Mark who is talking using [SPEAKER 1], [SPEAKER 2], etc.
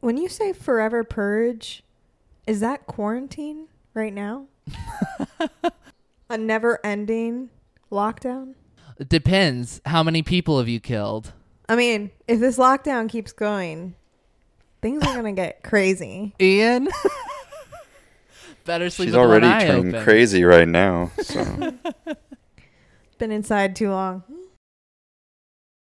[SPEAKER 1] When you say forever purge, is that quarantine right now? A never ending lockdown?
[SPEAKER 2] It depends how many people have you killed.
[SPEAKER 1] I mean, if this lockdown keeps going, things are going to get crazy.
[SPEAKER 2] Ian, better sleep.
[SPEAKER 3] She's
[SPEAKER 2] with one
[SPEAKER 3] already
[SPEAKER 2] eye
[SPEAKER 3] turning
[SPEAKER 2] open.
[SPEAKER 3] crazy right now. So
[SPEAKER 1] Been inside too long.